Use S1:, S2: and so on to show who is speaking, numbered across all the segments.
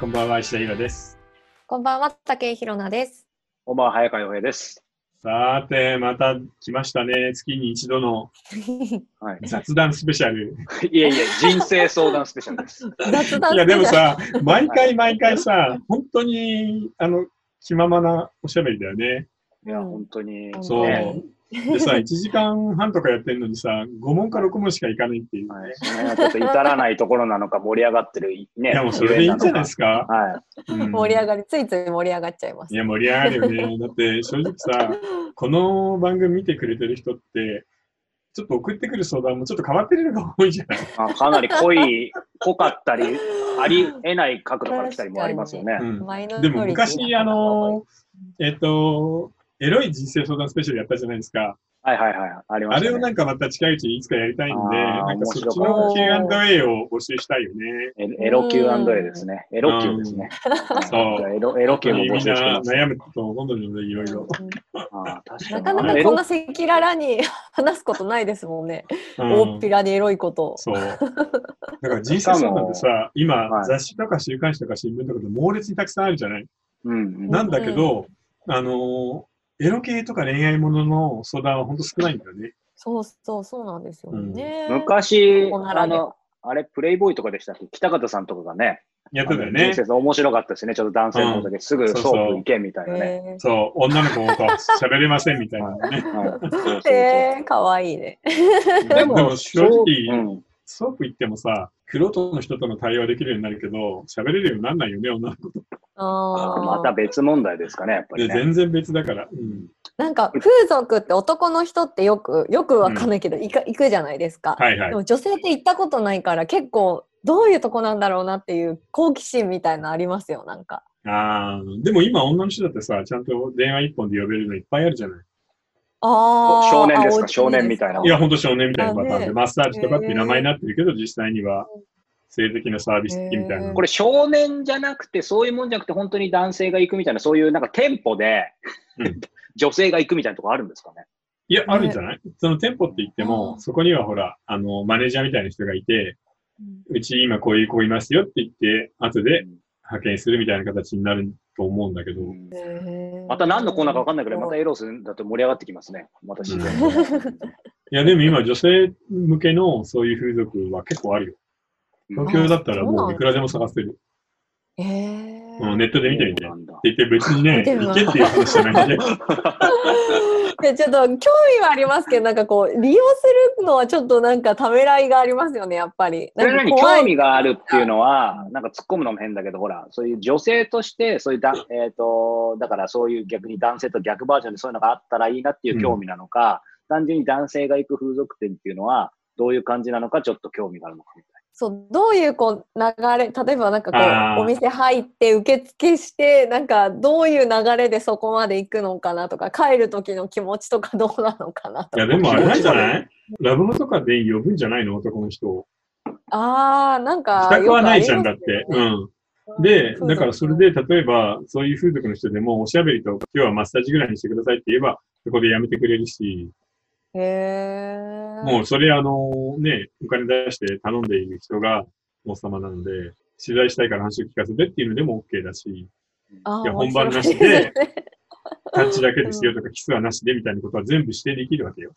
S1: こんばんは、石田ひろです。
S2: こんばんは、竹井ひろ なです。
S3: こんばんは、早川洋平です。
S1: さて、また来ましたね。月に一度の
S3: はい、
S1: 雑談スペシャル。
S3: いえいえ、人生相談スペシャル です。
S2: 雑談
S1: いや、でもさ、毎回毎回さ、本当に、あの、気ままなおしゃべりだよね。
S3: いや、本当に、ね。
S1: そう。
S3: はい、
S1: で さ、1時間半とかやってるのにさ、5問か6問しかいかないっていう。
S3: その辺はちょっと至らないところなのか、盛り上がってる、ね。
S1: いや、もうそれでいいんじゃないですか。
S3: は
S1: うん
S2: 盛り上がり、ついつい盛り上がっちゃいます
S1: い。や、盛り上がるよね。だって、正直さ、この番組見てくれてる人って、ちょっと送ってくる相談もちょっと変わってるのが多いじゃない
S3: い。まあ、かなり濃い、濃かったり、ありえない角度から来たりもありますよね。
S1: うん
S2: マイノリ
S1: で
S2: ティ
S1: も昔、あの、えっと、エロい人生相談スペシャルやったじゃないですか。
S3: はいはいはい。ありま
S1: あ
S3: す、ね。
S1: れをなんかまた近いうちにいつかやりたいんで、
S3: あー
S1: なんかそっちの
S2: 面白かった
S1: Q&A を募集したいよね。
S3: エエロ Q&A ですね。エロ Q ですね。
S1: そう
S3: はいエロエロ Q も
S1: み
S3: 募
S1: ん
S3: 集して
S1: な
S3: ます。
S1: 悩むことをどんどんどんどんいろいろ。
S3: あー確か
S2: な
S3: に
S2: かな
S3: あの
S2: か
S3: エ
S2: こんな
S3: ロ
S2: 赤裸々に話すことないですもんね。
S1: うん
S2: 大っぴらにエロいこと。
S1: そう。だから人生相談ってさ、今、
S3: はい
S1: 雑誌とか週刊誌とか新聞とかで猛烈にたくさんあるじゃない
S3: うんうん。
S1: なんだけど、あの、エロ系とか恋愛ものの相談は本当少ないんだよね。
S2: そうそう、そうなんですよね。
S3: 昔、
S2: ここなら
S3: あ
S2: ね
S3: の、あれ、プレイボーイとかでしたっけ北方さんとかがね、
S1: やってたよ
S3: あの
S1: ね
S3: 人。生面白かったですね。ちょっと男性の方だけすぐ
S1: そうそう
S3: ソープ行けみたいなね。
S2: え
S1: そう、女の子と喋れませんみたいなね。
S3: はいそうそ
S2: ー、
S3: うそう
S2: えー、かわいいね。
S1: でも正直、
S3: うん
S1: ソープ行ってもさ、クロの人との対話できるようになるけど、喋れるようにならないよね、女の子と。
S2: あー
S3: また別問題ですかね、やっぱ
S1: で
S3: りね。
S1: 全然別だから。うん。
S2: なんか風俗って男の人ってよく、よくわかんないけど、行か行くじゃないですか。
S1: はいは
S2: で
S1: い。
S2: も女性って行ったことないから結構どういうとこなんだろうなっていう好奇心みたいなのありますよなんか
S1: あーでも今、女の人だってさ、ちゃんと電話一本で呼べるのいっぱいあるじゃない。
S2: あー
S3: 少年ですか
S2: あお家
S3: 少年みたいない
S1: や、ほんと少年みたいなパターン
S2: あ
S1: で、
S2: ね
S1: マッサージとかっていう名前になってるけど、実際には性的なサービス的みたい
S2: へ
S1: な。
S2: ー
S3: これ少年じゃなくて、そういうもんじゃなくて、本当に男性が行くみたいな、そういうなんか店舗で
S1: うん
S3: 女性が行くみたいなとこあるんですかね。
S1: いや、あるんじゃない、その店舗って言って
S2: う
S1: も、
S2: ん
S1: そこにはほら、あの、マネージャーみたいな人がいて、
S2: うん
S1: うち今こういう子いますよって言って、後で派遣するみたいな形になると思うんだけど。
S3: うん
S2: へー
S3: また何のコーナーか分かんないけど、またエロスだと盛り上がってきますね。また自然と。
S1: いや、でも今、女性向けのそういう風俗は結構あるよ。
S3: うん
S1: 東京だったら
S2: あそう
S1: も
S2: なん
S1: う
S2: だ
S1: いくらでも探せる。
S2: え
S1: うん、
S2: ー、
S1: ネットで見てみて。
S3: そ
S1: って
S3: うなんだ
S1: 言って別にね、
S2: 見て
S1: 行
S2: みま
S1: け
S2: す
S1: っていう話じゃないん で。
S2: でちょっと興味はありますけどなんかこう利用するのはちょっとなんかためらいがありますよねやっぱり
S3: それ
S2: な
S3: なんり
S2: か
S3: に
S2: 怖
S3: 興
S2: い
S3: 味があるっていうのは、なんか突っ込むのも変だけど、ほら、そういう女性として、そういうだ、えっ、と、だからそういう逆に男性と逆バージョンでそういうのがあったらいいなっていう興味なのか、単純に男性が行く風俗店っていうのは、どういう感じなのか、ちょっと興味があるのかみた
S2: そうどういうこう流れ例えばなんかこ
S1: あー
S2: うお店入って受付してなんかどういう流れでそこまで行くのかなとか帰る時の気持ちとかどうなのかなと
S1: い
S2: か
S1: や、でもあれなんじゃないラブホとかで呼ぶんじゃないの男の人を。
S2: ああ、なんか。
S1: 自宅はないじゃんだっ
S2: よ
S1: て。
S2: くあり
S1: うん。
S2: ますね
S1: で、だからそれ。で、例えば、そういう風俗の人でも、おしゃべりと、今日はマッサージぐらいにしてくださいって言えば、そこでやめてくれるし、
S2: へえ。
S1: もうそれ、あの、ね、お金出して頼んでいる人が王様なので、取材したいから話を聞かせてっていうのでも OK だし、
S2: あー
S1: いや本番なしで。タッチだけですよとか、キスはなしでみたいなことは全部指定できるわけよ。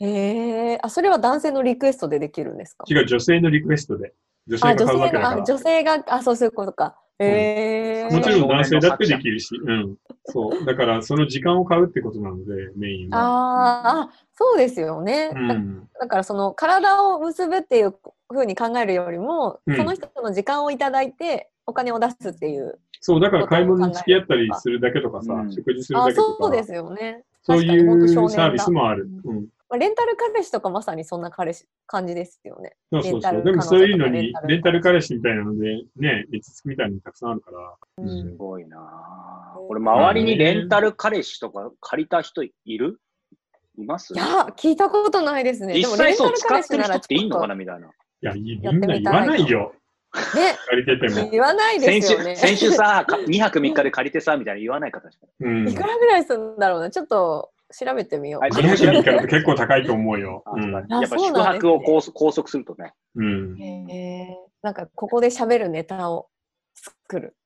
S2: へえ。あ、それは男性のリクエストでできるんですか
S1: 違う、女性のリクエストで。女性
S2: あ、
S1: が買
S2: 女
S1: うわ
S2: 性
S1: けだ
S2: が、
S1: か
S2: あ
S1: ら。
S2: 女性が、あ、そうそういうことか。へえ。
S1: もちろん男性だってで
S3: 少年の作
S1: きるし、うん。そう。だから、その時間を買うってことなので、メインは。
S2: あーあ、そうですよね。
S1: う
S2: だ
S1: ん。
S2: だからその体を結ぶっていうふうに考えるよりも、
S1: うん
S2: その人の時間をいただいてお金を出すっていう。
S1: そう、だから買い物に付き合ったりするだけとかさ、
S3: うん
S1: 食事する
S2: あ
S1: だ
S2: ー
S1: けと
S2: そう
S1: か
S2: で、すよね。
S1: そう
S2: 確かに本当
S1: い
S2: 少
S1: う
S2: 年だ
S1: サービスもある。うん。
S2: まあ、レンタル彼氏とかまさにそんな彼氏感じですよね。
S1: そうそうそ
S2: レ
S1: う。
S2: ンタル
S1: でもそういうのに、
S2: 彼女とかレ
S1: レ
S2: ン
S1: ンタ
S2: タ
S1: ル
S2: ル
S1: 彼氏みたいなので、ね、いつつみたいにたくさんあるから。
S2: うん
S1: う
S3: いな。す
S1: ん
S3: ごいなぁこれ、周りにレンタル彼氏とか借りた人いるいます
S2: いや、聞いたことないですね。
S3: 実際そう、
S2: レンタル彼
S3: 使って
S2: 氏
S3: る
S2: な
S3: 人
S2: ら
S3: っていいのかな
S2: ち
S3: みたいな。
S1: いや、いい
S2: や
S1: み
S2: って
S1: んな
S2: みたい
S1: 言わないよ。
S2: ょっとね、
S1: 借りてても。
S2: 言わないで
S3: 先
S2: すよ
S3: 週、
S2: ね。
S3: 先週さ、2泊3日で借りてさ、みたいな言わないか、確かに。
S1: うん。
S2: いくらぐらいするんだろうな。ちょっと調べてみよう。
S3: はい
S1: 金持ちに比べて結構高いと思うよ。
S3: あ
S1: う
S3: や
S1: ん
S3: っ。ぱ
S2: あそう
S3: 宿
S2: なんです
S3: 泊
S2: ね
S3: を拘束拘束するとね。
S1: うん。
S2: えーなんかここで喋るネタを作る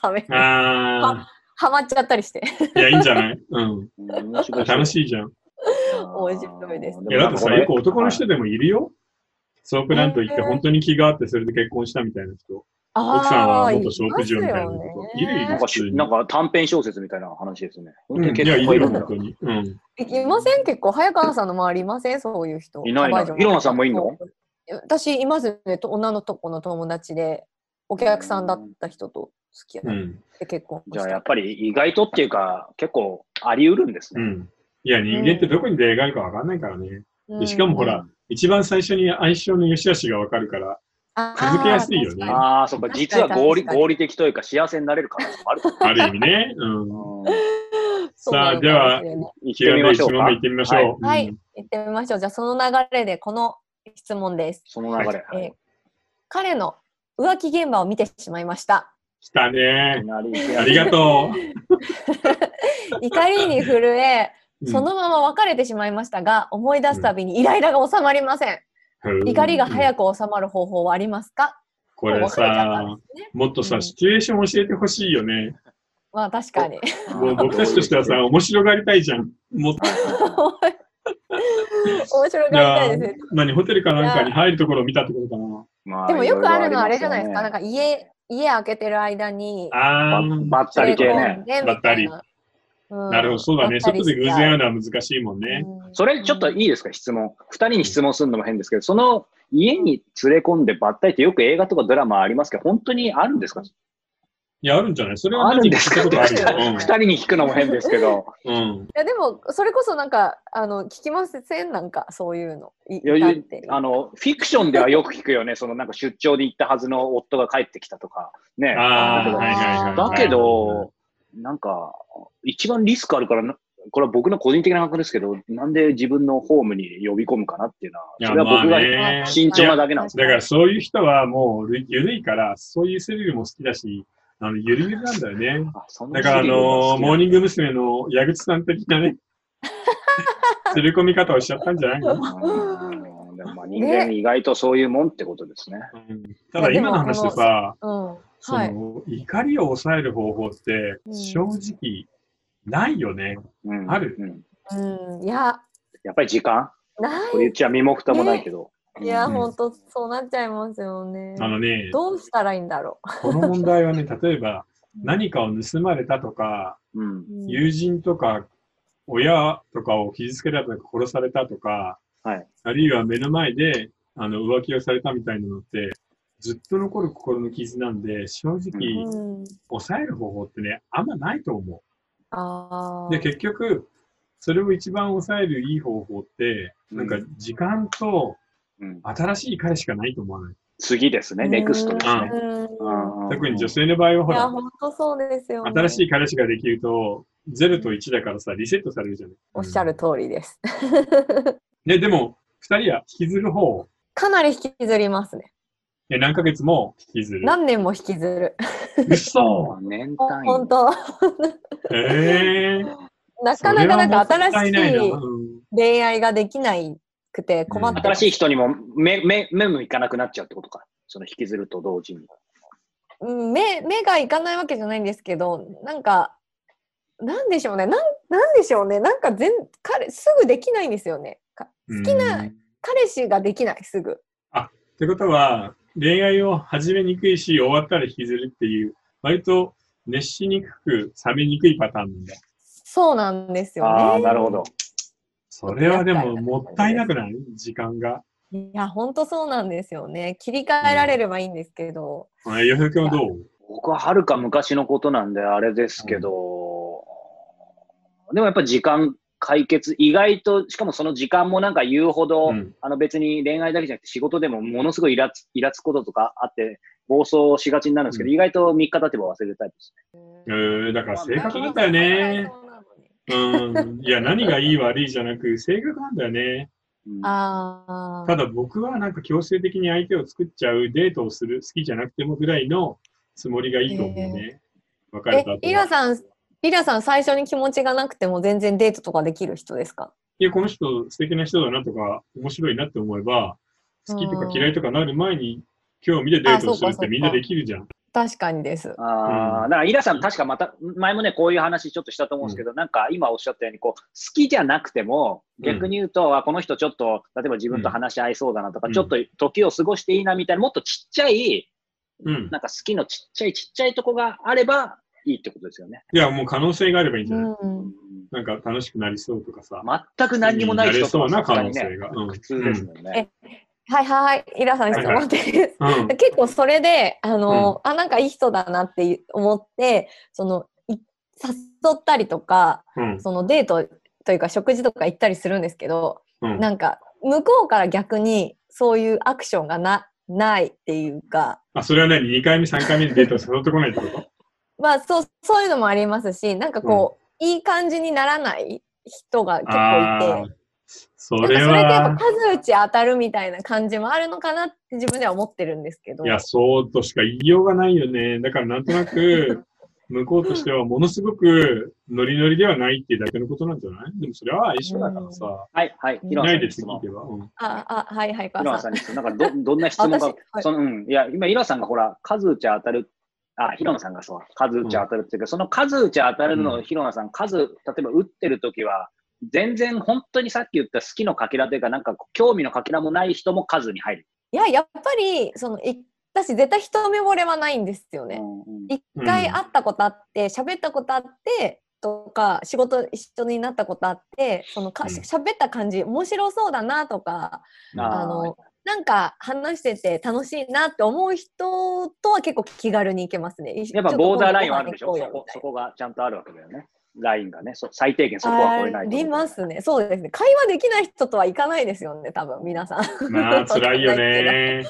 S2: ためにハ
S1: あ
S2: マっちゃったりして
S1: あ、いや、いいんじゃないうん。
S3: 面白い
S1: 楽しいじゃ ん。
S2: 面白いですね
S1: いや、だってさ、よく男の人
S3: で
S1: でもいるよ。ソープラント行って、
S2: へー
S1: 本当に気があって、それで結婚したみたいな人。
S2: あー
S1: 奥さんは元小婦人みたいな人
S2: ますよ。ね
S1: いるい
S3: も
S1: る、
S3: なんか
S1: 普
S3: し
S1: 通に
S3: なんか短編小説みたいな話ですね。
S1: う
S3: 本
S1: ん
S3: 当に
S1: いや、
S3: 結
S1: い
S3: 構い
S1: る
S3: る
S1: よ、
S3: んだ
S1: 本。当に。うん。
S2: いません結構早川さんの周りいませんそういう人
S3: いないな
S2: キャバ嬢
S3: ヒロナさんもいんの
S2: 私いますねと女のとこの友達でお客さんだった人と付き
S1: う
S2: 合っ
S1: ん。
S2: て結婚した、
S3: じゃあやっぱり意外とっていうか、結構あり得るんです
S1: う
S3: ね。
S1: ん。いや、人間ってどこに出会いがあるかわかんないからね。
S2: うん
S1: でしかもほら、一番最初に相性の良し悪しがわかるから、
S2: あー
S1: 続けやすいよね
S2: 確かに
S3: ああ、そっか、
S2: 確かに
S3: 実は合理
S2: 確かに
S3: 合理的というか、幸せになれる可能性もあると。
S1: ある意味ね。うん。
S2: そうなのかもしれない
S3: 行っ
S1: 気
S3: て
S1: が
S3: み
S1: ね、
S3: ましょ
S1: 一
S3: う
S1: 問
S3: か
S1: 目行。ってみましょう。
S2: はい
S1: うん
S2: 行ってみましょうじゃあその流れでこの質問です、
S3: その流れ。
S2: えー彼の浮気現場を見てしまい ました
S1: 来たね。
S3: なり
S1: ありがと
S2: 怒りに震え
S1: う。
S2: そのまま別れてしまいましたが、思い出すたびにイライラが収まりません。
S1: うん
S2: 怒りが
S1: うん
S2: 早く収まる方法はありますか？
S1: これ
S2: もう別れちゃったん
S1: さ
S2: で、すね。
S1: もっと
S2: うん
S1: さ、シチュエーション教えてほしいよね。
S2: まあ確 かに。
S1: もう僕たちとしては さ、面白がりたいじゃん。もっと。
S2: 面白がり
S1: じゃ
S2: た
S1: あ
S2: いですね。、
S1: 何、ホテルかなんかに入るところを見たってことかな。
S3: ま
S2: でもよくあるのはあれじゃないですか。なん
S3: か、
S2: か家家開けてる間に
S1: あー、
S3: ばばったり系
S2: 連れ込
S3: ね
S2: ん。でみたいな
S1: ばったり
S2: うん
S1: なるほど、そうだね。
S2: ばったり
S1: 外
S2: し
S1: で
S2: ち
S1: 偶然
S2: ゃ
S1: 会
S2: う
S1: うのは難しいもんね。
S2: うん
S3: それちょっといいですか、質問。二人に質問するのも変ですけど、その家に連れ込んでばったりってよく映画とかドラマありますけど、本当にあるんですか
S1: いや、あるんじゃないそれは
S3: あるんですか
S1: 聞いたことあるよ
S3: 二人に聞くのも変ですけど。
S1: うん。うん。
S2: いやでもそれこそなんかあの聞きませんなんかそういうの。い
S3: 余
S2: だっ
S3: 裕
S2: て
S3: あのフィクションではよく聞くよね、そのなんか出張で行ったはずの夫が帰ってきたとか、ね。
S1: あ
S2: ー
S1: あ、はいはいはい。
S3: だけど、なんか、一番リスクあるからな、これは僕の個人的な感覚ですけど、なんで自分のホームに呼び込むかなっていうのは、
S1: いや
S3: それは僕
S1: ま
S3: が
S1: あね
S3: 慎重なだけなんです
S1: だからそういう人はもう緩いから、そういうスリルも好きだし、あの、ゆるゆるなんだよね。
S3: あそんな
S1: だからあのーモー
S3: ニ
S1: ニング娘。の矢口さん的な ね、釣り込み方をしちゃったんじゃないの、
S3: でもまあ人間意外とそういうもんってことですね。
S1: うんただ今の話でさ、
S2: うん
S1: そ
S2: はい。
S1: の、怒りを抑える方法って
S2: う、ん
S1: 正直、ないよね。
S3: うん
S1: ある
S3: うん
S2: うんいや
S3: やっぱり時間
S2: ない
S3: これ言っちゃ身も蓋もないけど。
S2: いや、
S1: うん
S2: ほんとそうなっちゃいますよね。
S1: あのね、
S2: どうしたらいいんだろ
S1: この問題はね、例えば、何かを盗まれたとか、
S3: うん
S2: う。うん
S1: 友人とか、親とかを傷つけられたとか、殺されたとか、
S3: はい
S1: あるいは目の前で、あの、浮気をされたみたいなのって、ずっと残る心の傷なんで、正直、
S2: うん
S1: 抑える方法ってね、あんまないと思
S2: あ
S1: う。で、
S2: ー
S1: 結局、それを一番抑えるいい方法って、なんか
S3: うん
S1: 時間と
S3: うん
S1: 新しい彼しかないと思わない。
S3: 次ですね、ネクストですね。
S2: うん
S3: うん
S1: 特に女性の場合はほ
S2: いや、
S1: ら、
S2: ほんとそうですよね。
S1: 新しい彼氏ができると、0と1だからさ、リセットされるじゃない。
S2: おっしゃる通りです。
S1: うん。ね、でも、二人は引きずる方、
S2: かなり引きずりますね。
S1: え何ヶ月も引きずる。
S2: 何年も引きずる。
S1: うっそ
S3: あ年
S2: ほ
S3: 単位。
S2: ほんと。
S1: へえ
S2: なかなかなんか新し
S1: ないな。う
S2: い
S1: ん
S2: 恋愛ができないくて困って
S3: 新
S2: ます
S3: しい人にも目目目もいかなくなっちゃうってことか。その引きずると同時に。
S2: うん目目がいかないわけじゃないんですけどなんかなんでしょうねなんなんでしょうねなんか全彼すぐできないんですよねか好きな、
S1: うん
S2: 彼氏ができないすぐ
S1: ってことは、恋愛を始めにくいし、終わったら引きずるっていう、割と熱しにくく、冷めにくいパターンなんだ。
S2: そうなんです
S3: ああ、
S2: よね
S3: なるほど。
S1: それはでも、もったいなくない時間が。
S2: いやほんとそうなんですよね切り替えられればいいんですけど、
S1: あ洋平君はどう
S3: 僕ははるか昔のことなんであれですけど、でもやっぱ時間解決、意外と、しかもその時間もなんか言うほど、
S1: うん
S3: あの別に恋愛だけじゃなくて仕事でもものすごいイラつイラつくこととかあって、暴走しがちになるんですけど、
S1: うん
S3: 意外と3日経てば忘れるタイプです
S1: えー、だから性格なんだよね。
S2: あ
S1: うん。いや、何がいい悪いじゃなく、性格なんだよね。
S3: ね。うん
S2: あ
S1: ただ僕はなんか強制的に相手を作っちゃう、デートをする、好きじゃなくてもぐらいのつもりがいいと思うね。別れ
S2: え
S1: た後
S2: イラ
S1: は。
S2: さんイラさん最初に気持ちがなくても全然デートとかできる人ですか
S1: いや、この人素敵な人だなとか、面白いなって思えば、好きとか嫌いとかなる前に、興味でデートをするってみんなできるじゃん。
S2: 確かにです。
S3: ああ、だから、イラさん、確かまた、前もね、こういう話ちょっとしたと思うんですけど、なんか、今おっしゃったように、こう、好きじゃなくても、逆に言うと、あ、この人ちょっと、例えば自分と話し合いそうだなとか、
S1: うん
S3: ちょっと時を過ごしていいなみたいな、もっとちっちゃい、
S1: うん。
S3: なんか好きのちっちゃいちっちゃいとこがあれば、いいってことですよね。
S1: いや、もう可能性があればいいんじ
S2: う
S1: ゃない、
S2: ん。
S1: なんか楽しくなりそうとかさ。
S3: 全く何にもない人
S1: やれそうな
S3: さす
S1: 可
S3: が
S1: 能
S3: にね
S1: 性が。うん
S3: 苦痛ですもんね。
S2: はいはい、イラさん質問です。
S1: うんうん
S2: 結構それで、あの、あ、なんかいい人だなって思って、その、い誘ったりとか、
S1: うん
S2: そのデートというか食事とか行ったりするんですけど、
S1: うん
S2: なんか向こうから逆にそういうアクションがなないっていうか、
S1: あ、それは何 ?2 回目、3回目にデートを誘ってこないってこと
S2: まあそう、そういうのもありますし、なんかこう、いい感じにならない人が結構い
S1: あ
S2: て、
S1: ーそ
S2: なんかそ
S1: れ
S2: れでやっ
S1: は
S2: ぱ、数打ち当たるみたいな感じもあるのかなって自分では思ってるんですけど。
S1: いや、そうとしか言いようがないよね。だからなんとな く、向こうとしてはものすごくノリノリではないっていうだけのことなんじゃないでもそれは一緒だからさ。
S3: はい、はい、
S2: うん
S3: ヒ
S1: い
S3: ロ
S1: な
S3: さ
S1: い
S3: ん
S1: で
S3: に
S1: す聞
S3: 質
S1: い
S3: 問。
S1: ては。うん
S2: あ、あ、はいはい、
S3: ヒロ
S2: 母
S3: さ
S2: さ
S3: ん
S2: ん。
S3: に質問。なんかど、どんな質問
S2: 私
S3: が、
S2: はい
S3: その、うん。いや、今、ヒロさんがほら、数打ち当たる、あ、ヒロさんがそう、数打ち当たるっていうか、その数打ち当たるの
S1: う
S3: を、ヒロさん、数、例えば打ってる時は、全然本当にさっき言った好きのかけらというか、なんか興味のかけらもない人も数に入る。
S2: いや、やっぱり、その、い私絶対一目惚れはないんですよね。
S3: うんうん
S2: 一
S1: う
S2: 回
S1: ん
S2: 会ったことあって喋ったことあってとか仕事一緒になったことあってそのか
S1: うん
S2: し喋った感じ面白そうだなとか
S3: あー
S2: あのなんか話してて楽しいなって思う人とは結構気軽に行けますね。
S3: やっぱボーダーラインはあるでしょそ
S2: ちっと今度ご飯行こうよみ
S3: こ
S2: たいな
S3: そこがちゃんとあるわけだよね。ラインがね、そ最低限そこは超えない
S2: あ
S3: と
S2: りますね。そうですね。会話できない人とはいかないですよね、多分皆さん。
S1: まあ、辛いよね。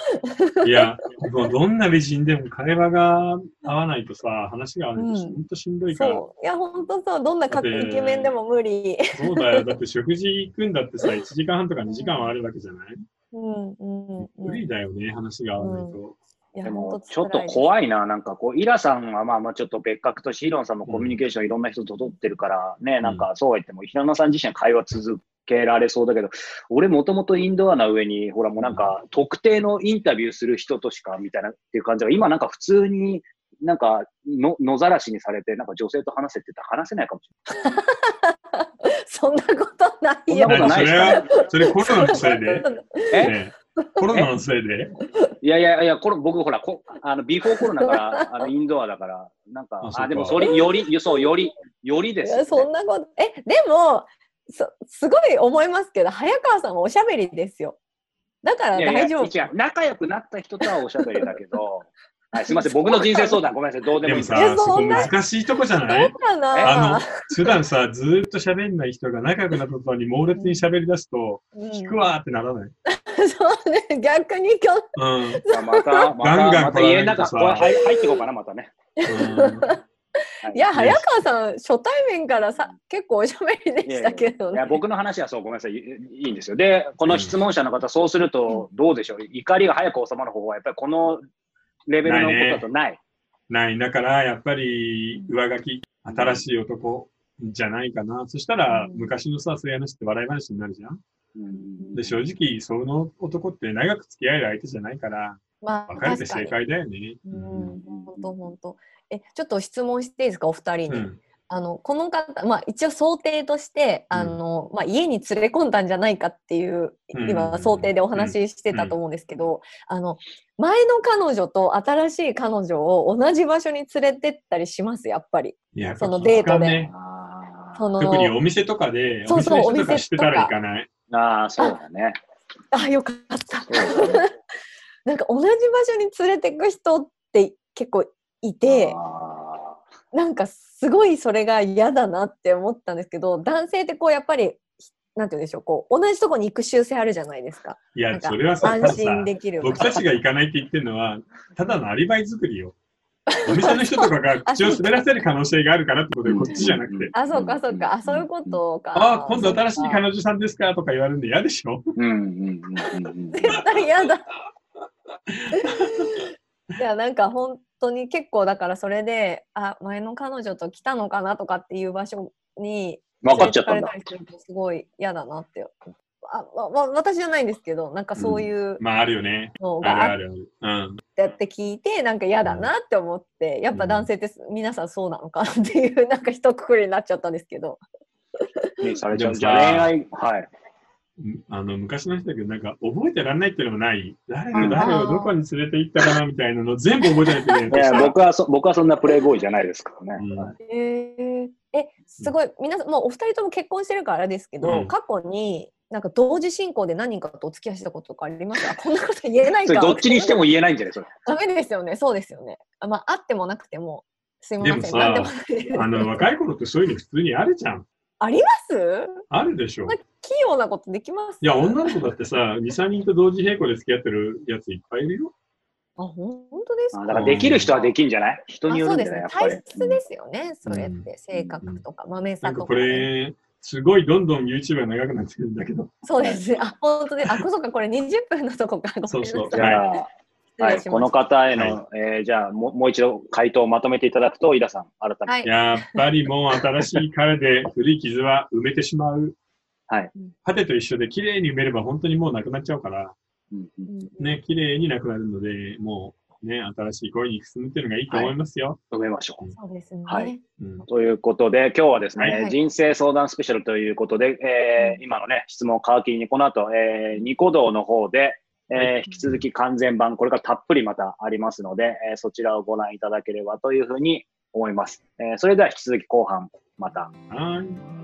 S1: いや、もうどんな美人でも会話が合わないとさ、話が合わないとし
S2: うん
S1: ほんとしんどいから。
S2: そう。いや、本当そう。どんなかっこ
S1: だっ
S2: イ
S1: て
S2: ケメンでも無理。
S1: そうだよ。だって食事行くんだってさ、1時間半とか2時間はあるわけじゃない
S2: うんうんう
S1: 無
S2: ん。
S1: 理
S2: い
S1: だよね、話が合わないと。
S2: や
S3: で
S2: ほん
S3: も、ち
S2: 辛
S3: ょっと
S2: いです
S3: 怖いな、なんかこう、イラさんはまあまあちょっと別格とし、ヒロンさんもコミュニケーションいろんな人と取ってるから、ね、なんかそうは言っても、平野さん自身は会話続けられそうだけど、俺もともとインドアな上に、ほらもうなんか特定のインタビューする人としか、みたいなっていう感じが、今なんか普通に、なんかの野ざらしにされて、なんか女性と話せって言ったら話せないかもし
S2: そんなことないよ。
S3: そんなことない
S1: そ
S3: です
S1: れ
S3: か
S1: は、それコロナのせい で。
S3: れない。え
S1: ねコロナのせいで
S3: いやいやいや、これ僕ほら、こあのビフォーコロナから、あのインドアだから、なんか、
S1: あ
S3: あ
S1: そうか
S3: でもそれ、より、そう、より、よりで
S2: い
S3: す、
S2: や
S3: ね。
S2: そんなこと、え、でも、そすごい思いますけど、早川さんはおしゃべりですよ。だから
S3: いやいや
S2: 大丈夫。
S3: 違う仲良くなった人とはおしゃべりだけど、はい、すみません、僕の人生相談、ごめんなさい、どうで
S1: でも
S3: もいい
S1: さ
S2: いや、
S1: そ
S2: そ
S1: こ
S2: んな
S1: 難しいとこじゃな
S2: どう
S1: い
S2: か
S1: あ
S2: な。
S1: の、普段さ、ずーっと喋んない人が仲良くなった途端に猛烈に喋り出すと、
S2: うん
S1: 聞くわーってならない。
S2: そうね、逆に今日
S1: うん。うん
S3: まあまた、ま
S1: ガンガン
S3: た、また
S1: 来られる
S3: 家の
S1: と
S3: 中、
S1: さ
S3: これ入入っていこうかな、またね。 はい
S2: や、早川さん、初対面からさ、結構おしゃべりでしたけど
S3: い
S2: ね
S3: や。僕の話はそう、ごめんなさい、いいいんですよ。で、この質問者の方、そうすると、どうでしょう、怒りが早く収まる方法は、やっぱりこのレベルのことだとない。
S1: ない。だから、やっぱり、上書き、新しい男じゃないかな。そしたら、
S2: うん
S1: 昔のさ、そういう話って笑い話になるじゃん。
S3: うん
S1: で、正直、その男って長く付き合える相手じゃないから、
S2: まあ、
S1: 別れて
S2: 確か
S1: 正
S2: に。
S1: 解だよね。
S2: う
S1: うん
S2: ん、本当本当。え、ちょっと質問していいですか、お二人
S1: う
S2: に。
S1: ん。
S2: あのこの方、まあ、一応想定として、
S1: うん
S2: あのまあ、家に連れ込んだんじゃないかっていう
S1: うん
S2: 今想定でお話ししてたと思うんですけど、あの前の彼女と新しい彼女を同じ場所に連れてったりしますやっぱり。
S1: いや、
S2: そのデー
S1: やっ
S2: トで
S1: ぱ気遣うね
S3: あ
S2: そ
S3: ー
S2: の
S1: 特にお店とかで、お店の人とかしてたら行かない。
S3: あー、そうだね。
S2: あよかった
S3: そうだね
S2: なんか同じ場所に連れてく人って結構いて
S3: あー
S2: なんかすごいそれが嫌だなって思ったんですけど男性ってこうやっぱりなんて言うんでしょうこう同じとこに行く習性あるじゃないですか。
S1: いや
S2: な、んか
S1: それはさ、ただ
S2: 安
S1: さ
S2: 心できる
S1: 僕たちが行かないって言ってるのは、ただのアリバイ作りよ。お店の人とか が口を滑らせる可能性があるからってことで、こっちじゃなくて、
S2: あ、そうか、そうか、あ、そういうことか。
S1: ああ、今度新しい彼女さんですかとか言われるんで嫌でしょ
S3: うんうんうんうんうん。
S2: 絶対嫌だ。 いや、なんか本当に結構だから、それで、あ、前の彼女と来たのかなとかっていう場所に。
S3: 分かっちゃったんだ。
S2: 連れてかれりするとすごい嫌だなって。あ、わ、わ、私じゃないんですけど、なんかそういう
S1: まあ、あるよね。
S2: の
S1: ある
S2: があ
S1: あ
S2: っ
S1: るある。うん。
S2: ってやって聞いてなんか嫌だなって思ってやっぱ男性って皆さんそうなのかなっていう なんか一括りになっちゃったんですけど
S3: ねされちゃう。
S1: でもさ
S3: じゃあ恋愛、はい。
S1: うんあの昔の人だけど、なんか覚えてらんないっていうのもない。誰と誰をどこに連れて行ったかなみたいなの全部覚えてないといけ
S3: い
S1: ない
S3: や、。僕はそ、僕はそんなプレイボーイじゃないですからね。
S1: う
S2: ええすごい皆さんもうお二人とも結婚してるからあれですけど、
S1: うん
S2: 過去になんか同時進行で何人かとお付き合いしたこととかありますかこんなこと言えない
S3: そ
S2: か
S3: れどっちにしても言えないんじゃないそれ。
S2: ダメですよねそうですよねあまああってもなくてもすいません
S1: でもさ
S2: なんでもないです
S1: んあの若い頃ってそういうの普通にあるじゃん。
S2: あります
S1: あるでしょ。
S2: 器用なことできます
S1: いや、女の子だってさ、2、3人と同時並行で付き合ってるやついっぱいいるよ。
S2: あ本当です
S3: あ
S2: か
S3: だからできる人はできんじゃない人
S2: あ
S3: によ
S2: そ
S3: る
S2: うん
S3: じ
S2: で
S3: ゃ
S2: す
S3: ない
S2: ね大
S3: やっぱり。
S2: 切ですよね、それって性
S1: うん
S2: 格とかまめ
S1: な
S2: さ
S1: んか
S2: と
S1: こ
S2: かね、
S1: れ、すごいどんどん YouTube が長くなってくるんだけど。
S2: そうですあ本当ですあそうかこれ20分のとこかごめんなさい
S1: そうそう
S3: じゃあ、
S2: 失
S3: は
S2: 礼し
S3: い、
S2: ました
S3: この方への、えーじゃあも、もう一度回答をまとめていただくと、井田さん、改めて。
S2: はい
S1: やっぱりもう新しい彼で古い傷は埋めてしまう。
S3: はい。
S1: パテと一緒で綺麗に埋めれば本当にもうなくなっちゃうから、
S3: うんうん
S1: ね、綺麗になくなるので、もうね、新しい恋に進むっていうのがいいと思いますよ。
S3: 埋めましょう。
S2: そうですね、
S3: はい
S1: うん
S3: ということで、今日はですね、
S2: はい
S3: 人生相談スペシャルということで、えー今のね、質問を皮切りに、この後、えー、ニコ動の方で、えー
S1: は
S3: 引き続き完全版、これからたっぷりまたありますので、えーそちらをご覧いただければというふうに思います。えーそれでは引き続き後半、また。
S1: はい。